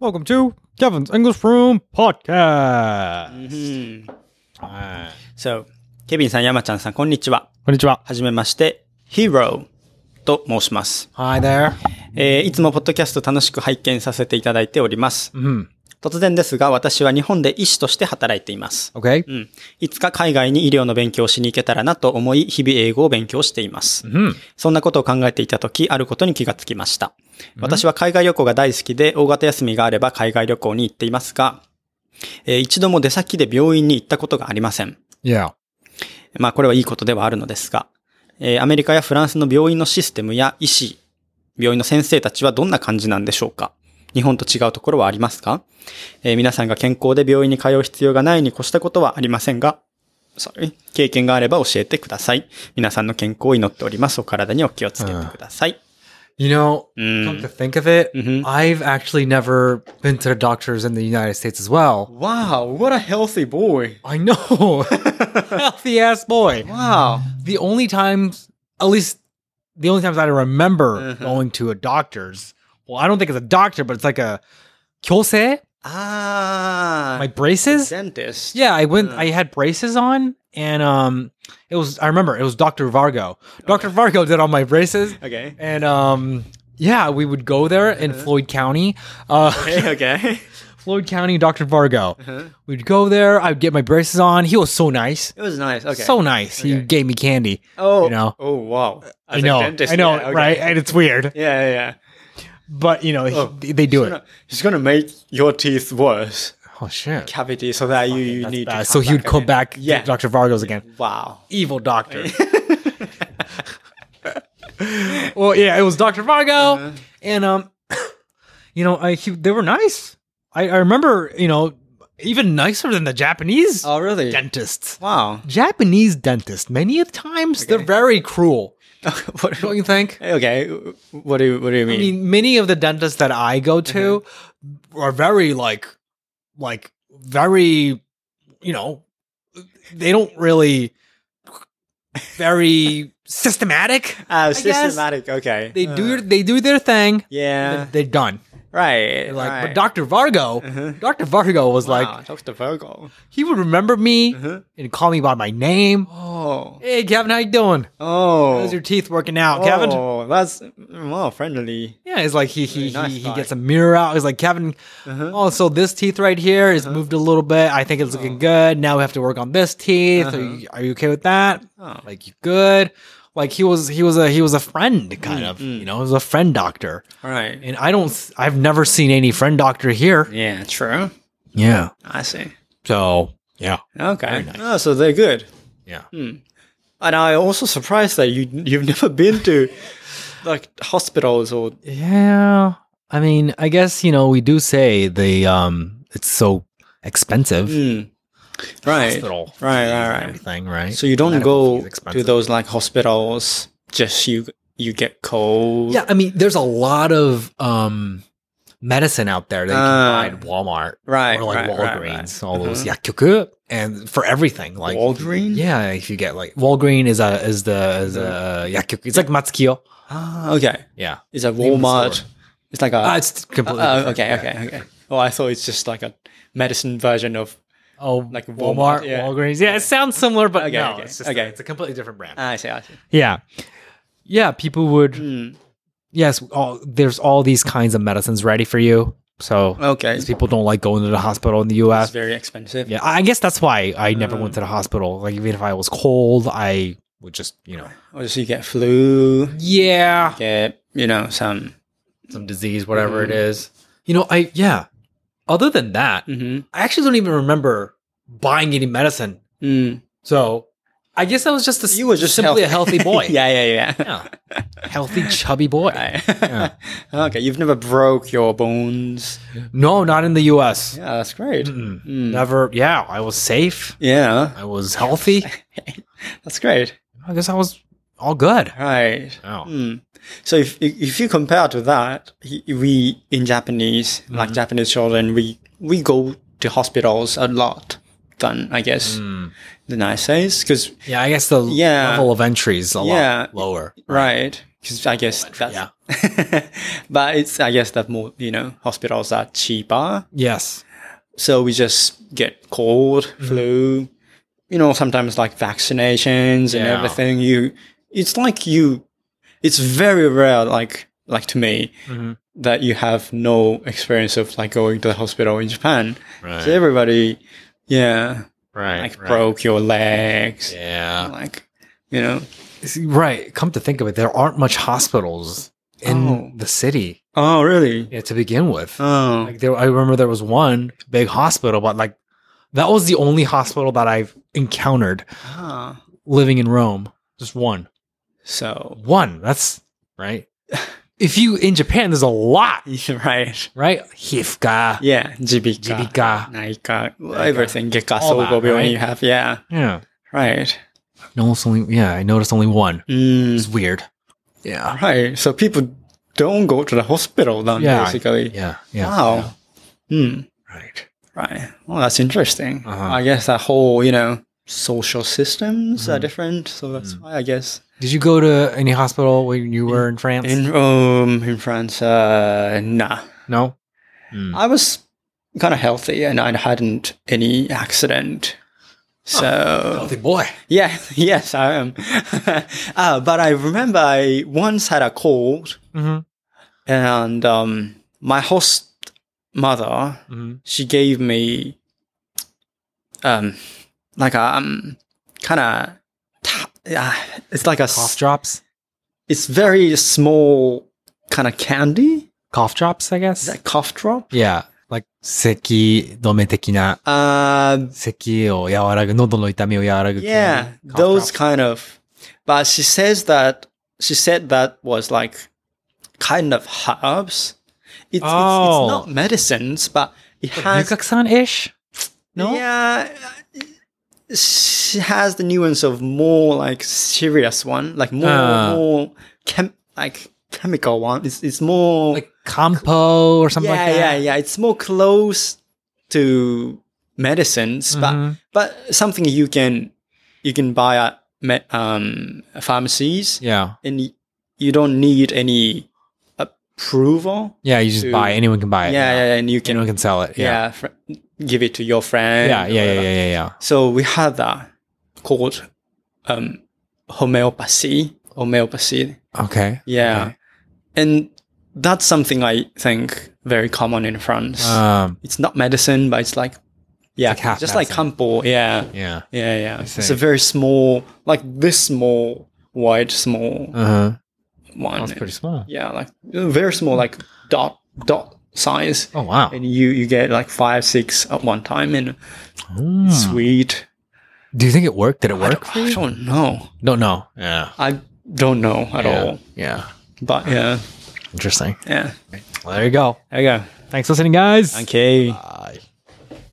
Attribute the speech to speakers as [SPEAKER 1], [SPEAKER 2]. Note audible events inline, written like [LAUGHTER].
[SPEAKER 1] Welcome to Kevin's English Room Podcast.
[SPEAKER 2] うん
[SPEAKER 1] はい
[SPEAKER 2] そう。ケビンさん、山ちゃんさん、こんにちは。
[SPEAKER 1] こんにちは。
[SPEAKER 2] はじめまして、Hero と申します。
[SPEAKER 1] Hi there.
[SPEAKER 2] えーいつもポッドキャスト楽しく拝見させていただいております。
[SPEAKER 1] うん。
[SPEAKER 2] 突然ですが、私は日本で医師として働いています。
[SPEAKER 1] Okay.
[SPEAKER 2] うん。いつか海外に医療の勉強をしに行けたらなと思い、日々英語を勉強しています。
[SPEAKER 1] うん。
[SPEAKER 2] そんなことを考えていたとき、あることに気がつきました。私は海外旅行が大好きで、大型休みがあれば海外旅行に行っていますが、えー一度も出先で病院に行ったことがありません。
[SPEAKER 1] Yeah.
[SPEAKER 2] まあこれはいいことではあるのですが、えーアメリカやフランスの病院のシステムや医師、病院の先生たちはどんな感じなんでしょうか日本と違うところはありますか、えー皆さんが健康で病院に通う必要がないに越したことはありませんが、sorry 経験があれば教えてください。皆さんの健康を祈っております。お体にお気をつけてください。
[SPEAKER 1] You know,
[SPEAKER 2] う
[SPEAKER 1] come to
[SPEAKER 2] ん。
[SPEAKER 1] think of it,
[SPEAKER 2] Mhm.
[SPEAKER 1] I've actually never been to the doctors in the United States as well.
[SPEAKER 2] Wow, what a healthy boy.
[SPEAKER 1] I [LAUGHS] know. Healthy ass boy.
[SPEAKER 2] Wow.
[SPEAKER 1] The only times, at least the only times I remember
[SPEAKER 2] Mhm.
[SPEAKER 1] going to a doctor's, well, I don't think it's a doctor, but it's like a kyose,
[SPEAKER 2] [LAUGHS] Ah.
[SPEAKER 1] my braces.
[SPEAKER 2] [LAUGHS] dentist.
[SPEAKER 1] Yeah, I went.
[SPEAKER 2] Mm.
[SPEAKER 1] I had braces on, and um, it was. I remember it was Doctor Vargo. Doctor Vargo did all my braces,
[SPEAKER 2] Okay. Uh-huh.
[SPEAKER 1] and um, yeah, we would go there in Floyd County. Uh,
[SPEAKER 2] Okay, [LAUGHS] okay.
[SPEAKER 1] [LAUGHS] Floyd County, Doctor Vargo.
[SPEAKER 2] Uh-huh.
[SPEAKER 1] We'd go there. I'd get my braces on. He was so nice,
[SPEAKER 2] It was nice. Okay.
[SPEAKER 1] so nice. He
[SPEAKER 2] Okay.
[SPEAKER 1] gave me candy.
[SPEAKER 2] Oh,
[SPEAKER 1] you know?
[SPEAKER 2] Oh, wow.
[SPEAKER 1] I know, I know, right? And it's weird,
[SPEAKER 2] Yeah, yeah.
[SPEAKER 1] but you know, he-
[SPEAKER 2] Oh.
[SPEAKER 1] they do it.
[SPEAKER 2] He's gonna make your teeth worse
[SPEAKER 1] Oh shit!
[SPEAKER 2] cavity so that you, you need.
[SPEAKER 1] Uh,
[SPEAKER 2] to
[SPEAKER 1] so he would come
[SPEAKER 2] again.
[SPEAKER 1] back,
[SPEAKER 2] Yeah.
[SPEAKER 1] to Doctor Vargo's again.
[SPEAKER 2] Wow.
[SPEAKER 1] evil doctor. well, yeah, it was Doctor Vargo,
[SPEAKER 2] Uh-huh. Uh,
[SPEAKER 1] and um, [COUGHS] you know, I he, they were nice. I, I remember, you know, even nicer than the Japanese
[SPEAKER 2] Oh, really?
[SPEAKER 1] dentists.
[SPEAKER 2] Wow. [LAUGHS]
[SPEAKER 1] Japanese dentists, many of the times, they're
[SPEAKER 2] Okay.
[SPEAKER 1] very cruel.
[SPEAKER 2] what,
[SPEAKER 1] Don't you think?
[SPEAKER 2] okay. What do you What do you
[SPEAKER 1] I
[SPEAKER 2] mean? Mm-hmm.
[SPEAKER 1] mean, many of the dentists that I go to are very like, like very, you know, they don't really very systematic.
[SPEAKER 2] oh,
[SPEAKER 1] guess-
[SPEAKER 2] systematic. Okay.
[SPEAKER 1] They
[SPEAKER 2] Uh,
[SPEAKER 1] do your, they do their thing.
[SPEAKER 2] Yeah.
[SPEAKER 1] they're done.
[SPEAKER 2] right.
[SPEAKER 1] They're like,
[SPEAKER 2] right.
[SPEAKER 1] but Doctor Vargo,
[SPEAKER 2] Mhm.
[SPEAKER 1] Doctor Vargo was
[SPEAKER 2] Wow,
[SPEAKER 1] like,
[SPEAKER 2] Doctor Virgo.
[SPEAKER 1] he would remember me
[SPEAKER 2] Mhm.
[SPEAKER 1] and call me by my name.
[SPEAKER 2] Oh.
[SPEAKER 1] Hey, Kevin, how you doing?
[SPEAKER 2] Oh.
[SPEAKER 1] How's your teeth working out, Kevin?
[SPEAKER 2] Oh, that's mm, wow, friendly.
[SPEAKER 1] Yeah, he's like he he
[SPEAKER 2] Really nice
[SPEAKER 1] he, he
[SPEAKER 2] guy.
[SPEAKER 1] gets a mirror out. He's like, Kevin,
[SPEAKER 2] Mhm.
[SPEAKER 1] oh, so this teeth right here is
[SPEAKER 2] Uh-huh.
[SPEAKER 1] moved a little bit. I think it's
[SPEAKER 2] Oh.
[SPEAKER 1] looking good. Now we have to work on this teeth. Are, you, are you okay with that?
[SPEAKER 2] Uh-huh. Oh.
[SPEAKER 1] Like, you good? Like he was he was a he was a friend kind
[SPEAKER 2] Mm,
[SPEAKER 1] of you know he was a friend doctor.
[SPEAKER 2] All right.
[SPEAKER 1] And I don't s- I've never seen any friend doctor here.
[SPEAKER 2] Yeah. True.
[SPEAKER 1] Yeah.
[SPEAKER 2] I see.
[SPEAKER 1] So yeah,
[SPEAKER 2] Okay.
[SPEAKER 1] nice.
[SPEAKER 2] Oh, so they're good.
[SPEAKER 1] yeah.
[SPEAKER 2] Hmm. And I also surprised that you you've never been to like hospitals or
[SPEAKER 1] Yeah. I mean, I guess you know we do say the um it's so expensive
[SPEAKER 2] Mm. right,
[SPEAKER 1] hospital
[SPEAKER 2] right,
[SPEAKER 1] fees and
[SPEAKER 2] right, right.
[SPEAKER 1] everything right.
[SPEAKER 2] So you don't
[SPEAKER 1] Medical fees
[SPEAKER 2] go to
[SPEAKER 1] expensive.
[SPEAKER 2] those like hospitals. Just you you get cold.
[SPEAKER 1] Yeah, I mean, there's a lot of um medicine out there that you
[SPEAKER 2] Ah.
[SPEAKER 1] can buy at Walmart
[SPEAKER 2] right.
[SPEAKER 1] or like
[SPEAKER 2] right,
[SPEAKER 1] Walgreens,
[SPEAKER 2] right,
[SPEAKER 1] all those
[SPEAKER 2] Mhm.
[SPEAKER 1] yakkyoku, and for everything like.
[SPEAKER 2] right. Walgreens.
[SPEAKER 1] yeah, if you get like Walgreen is a is the is a yakkyoku. It's like Matsukiyo.
[SPEAKER 2] Mm-hmm. Ah, okay.
[SPEAKER 1] Yeah,
[SPEAKER 2] It's a
[SPEAKER 1] of the
[SPEAKER 2] Walmart.
[SPEAKER 1] store.
[SPEAKER 2] It's like a.
[SPEAKER 1] uh, it's completely.
[SPEAKER 2] oh,
[SPEAKER 1] different,
[SPEAKER 2] okay,
[SPEAKER 1] yeah.
[SPEAKER 2] okay, okay. Oh, I thought it's just like a medicine version of.
[SPEAKER 1] Oh,
[SPEAKER 2] Like
[SPEAKER 1] like
[SPEAKER 2] Walmart,
[SPEAKER 1] Walmart,
[SPEAKER 2] yeah.
[SPEAKER 1] Walgreens. Yeah, it sounds similar, but
[SPEAKER 2] Okay,
[SPEAKER 1] no,
[SPEAKER 2] okay,
[SPEAKER 1] it's just
[SPEAKER 2] okay.
[SPEAKER 1] it's a completely different brand.
[SPEAKER 2] Ah, I see. I see.
[SPEAKER 1] yeah, yeah. People would
[SPEAKER 2] Mm.
[SPEAKER 1] yes. All, there's all these kinds of medicines ready for you. So
[SPEAKER 2] Okay.
[SPEAKER 1] these people don't like going to the hospital in the
[SPEAKER 2] It's
[SPEAKER 1] U.S.
[SPEAKER 2] very expensive.
[SPEAKER 1] yeah, I guess that's why I never
[SPEAKER 2] Mm.
[SPEAKER 1] went to the hospital. Like even if I was cold, I would just you know
[SPEAKER 2] Or so you get flu.
[SPEAKER 1] yeah
[SPEAKER 2] Get you know some.
[SPEAKER 1] some disease whatever it
[SPEAKER 2] Mm-hmm.
[SPEAKER 1] is. You know I yeah. Other than that,
[SPEAKER 2] hmm
[SPEAKER 1] I actually don't even remember buying any medicine.
[SPEAKER 2] Mm.
[SPEAKER 1] So I guess I was just a,
[SPEAKER 2] You were just
[SPEAKER 1] simply
[SPEAKER 2] healthy.
[SPEAKER 1] a healthy boy.
[SPEAKER 2] [LAUGHS] yeah, yeah, yeah.
[SPEAKER 1] Yeah. Healthy, chubby [LAUGHS] boy.
[SPEAKER 2] [LAUGHS] Right. okay, you've never broke your bones.
[SPEAKER 1] No, not in the US.
[SPEAKER 2] Yeah, that's great.
[SPEAKER 1] Mm-mm.
[SPEAKER 2] Mm.
[SPEAKER 1] Never. Yeah, I was safe.
[SPEAKER 2] Yeah,
[SPEAKER 1] I was
[SPEAKER 2] [LAUGHS]
[SPEAKER 1] healthy.
[SPEAKER 2] that's great.
[SPEAKER 1] I guess I was all good.
[SPEAKER 2] Right.
[SPEAKER 1] Oh.
[SPEAKER 2] Mm. So if if you compare to that, he- we in Japanese, like
[SPEAKER 1] Mm-hmm.
[SPEAKER 2] Japanese children, we we go to hospitals a lot. Than I guess
[SPEAKER 1] Mm.
[SPEAKER 2] the nice because
[SPEAKER 1] Yeah, I guess the
[SPEAKER 2] Yeah.
[SPEAKER 1] level of entry is a
[SPEAKER 2] Yeah.
[SPEAKER 1] lot lower.
[SPEAKER 2] right Because I guess that's,
[SPEAKER 1] Yeah.
[SPEAKER 2] [LAUGHS] but it's, I guess that more, you know, hospitals are cheaper.
[SPEAKER 1] Yes.
[SPEAKER 2] So we just get cold,
[SPEAKER 1] Mm-hmm.
[SPEAKER 2] flu, you know, sometimes like vaccinations and
[SPEAKER 1] Yeah.
[SPEAKER 2] everything. You, it's like you, it's very rare, like, like to me,
[SPEAKER 1] Mhm.
[SPEAKER 2] that you have no experience of like going to the hospital in Japan. So
[SPEAKER 1] Right.
[SPEAKER 2] everybody, yeah,
[SPEAKER 1] Right.
[SPEAKER 2] like broke your legs,
[SPEAKER 1] Yeah.
[SPEAKER 2] like, you know,
[SPEAKER 1] Right. Come to think of it, there aren't much hospitals in
[SPEAKER 2] Oh.
[SPEAKER 1] the city
[SPEAKER 2] oh, really?
[SPEAKER 1] yeah, to begin with.
[SPEAKER 2] Oh,
[SPEAKER 1] Like there, I remember there was one big hospital, but like that was the only hospital that I've encountered
[SPEAKER 2] ah.
[SPEAKER 1] living in Rome. Just one.
[SPEAKER 2] so, [LAUGHS]
[SPEAKER 1] One. That's right. If you in Japan, there's a lot,
[SPEAKER 2] you're right.
[SPEAKER 1] right? Hifka.
[SPEAKER 2] Yeah, GBK.
[SPEAKER 1] Jibika.
[SPEAKER 2] Naika,
[SPEAKER 1] Naika.
[SPEAKER 2] everything, Gekka,
[SPEAKER 1] All that,
[SPEAKER 2] Sogo,
[SPEAKER 1] right?
[SPEAKER 2] you have, yeah,
[SPEAKER 1] Yeah.
[SPEAKER 2] right.
[SPEAKER 1] No, it's only yeah. I noticed only one.
[SPEAKER 2] Mm,
[SPEAKER 1] It's weird. Yeah.
[SPEAKER 2] right, so people don't go to the hospital then,
[SPEAKER 1] Yeah.
[SPEAKER 2] basically.
[SPEAKER 1] Yeah. Yeah.
[SPEAKER 2] Wow. Hmm.
[SPEAKER 1] yeah. Right.
[SPEAKER 2] Right. Well, that's interesting.
[SPEAKER 1] Uh-huh.
[SPEAKER 2] I guess that whole, you know, social systems are
[SPEAKER 1] Mhm.
[SPEAKER 2] different. So that's
[SPEAKER 1] Mhm.
[SPEAKER 2] why I guess.
[SPEAKER 1] Did you go to any hospital when you were in France?
[SPEAKER 2] In Rome, in France, uh, nah.
[SPEAKER 1] no. Mm.
[SPEAKER 2] I was kind of healthy and I hadn't any accident. So,
[SPEAKER 1] Healthy boy.
[SPEAKER 2] yeah, [LAUGHS] yes, I am. [LAUGHS] uh, but I remember I once had a cold
[SPEAKER 1] Mm-hmm.
[SPEAKER 2] and um, my host mother
[SPEAKER 1] Mm-hmm.
[SPEAKER 2] she gave me um like a um kind of yeah it's like a s-
[SPEAKER 1] Cough drops.
[SPEAKER 2] it's very small kind of candy
[SPEAKER 1] Cough drops, I guess.
[SPEAKER 2] is that cough drop
[SPEAKER 1] Yeah. Like 咳止め的な
[SPEAKER 2] uh
[SPEAKER 1] 咳を和らぐ喉の痛みを和らぐ
[SPEAKER 2] yeah
[SPEAKER 1] cough drops.
[SPEAKER 2] those kind of but she says that she said that was like kind of herbs
[SPEAKER 1] Oh.
[SPEAKER 2] it's, it's, it's not medicines but it has
[SPEAKER 1] 龍角散 ish? No?
[SPEAKER 2] Yeah. She has the nuance of more like serious one, like more
[SPEAKER 1] Ah.
[SPEAKER 2] more chem like chemical one. It's it's more
[SPEAKER 1] Like compo or something
[SPEAKER 2] yeah
[SPEAKER 1] like
[SPEAKER 2] yeah
[SPEAKER 1] that?
[SPEAKER 2] yeah. It's more close to medicines,
[SPEAKER 1] Mhm.
[SPEAKER 2] but but something you can you can buy at me- um pharmacies
[SPEAKER 1] Yeah.
[SPEAKER 2] and you don't need any approval.
[SPEAKER 1] Yeah, you just
[SPEAKER 2] To-
[SPEAKER 1] buy. Anyone can buy
[SPEAKER 2] Yeah,
[SPEAKER 1] it.
[SPEAKER 2] yeah, and you can
[SPEAKER 1] Anyone can sell it. Yeah.
[SPEAKER 2] yeah, fr- give it to your friend.
[SPEAKER 1] Yeah,
[SPEAKER 2] or
[SPEAKER 1] yeah, yeah,
[SPEAKER 2] whatever.
[SPEAKER 1] yeah, yeah. yeah.
[SPEAKER 2] So we had that called um, homeopathy. Homeopathy.
[SPEAKER 1] Okay.
[SPEAKER 2] Yeah.
[SPEAKER 1] Okay.
[SPEAKER 2] And that's something I think very common in France.
[SPEAKER 1] Um,
[SPEAKER 2] it's not medicine, but it's like, yeah,
[SPEAKER 1] It's like half
[SPEAKER 2] just like
[SPEAKER 1] medicine.
[SPEAKER 2] Campo. Yeah.
[SPEAKER 1] yeah.
[SPEAKER 2] Yeah. Yeah. It's
[SPEAKER 1] see.
[SPEAKER 2] a very small, like this small, wide, small
[SPEAKER 1] Uh huh.
[SPEAKER 2] one.
[SPEAKER 1] That's pretty small.
[SPEAKER 2] Yeah. Like uh, very small, like dot, dot size.
[SPEAKER 1] Oh, wow.
[SPEAKER 2] And you, you get like five, six at one time and
[SPEAKER 1] Hmm.
[SPEAKER 2] sweet.
[SPEAKER 1] Do you think it worked? Did it
[SPEAKER 2] I don't-
[SPEAKER 1] work? for
[SPEAKER 2] I
[SPEAKER 1] you?
[SPEAKER 2] don't know.
[SPEAKER 1] Don't know. Yeah.
[SPEAKER 2] I don't know at
[SPEAKER 1] yeah.
[SPEAKER 2] all.
[SPEAKER 1] Yeah.
[SPEAKER 2] But yeah,
[SPEAKER 1] Interesting.
[SPEAKER 2] yeah.
[SPEAKER 1] Well, there you go.
[SPEAKER 2] There you go.
[SPEAKER 1] Thanks for listening, guys.
[SPEAKER 2] Okay.
[SPEAKER 1] Bye.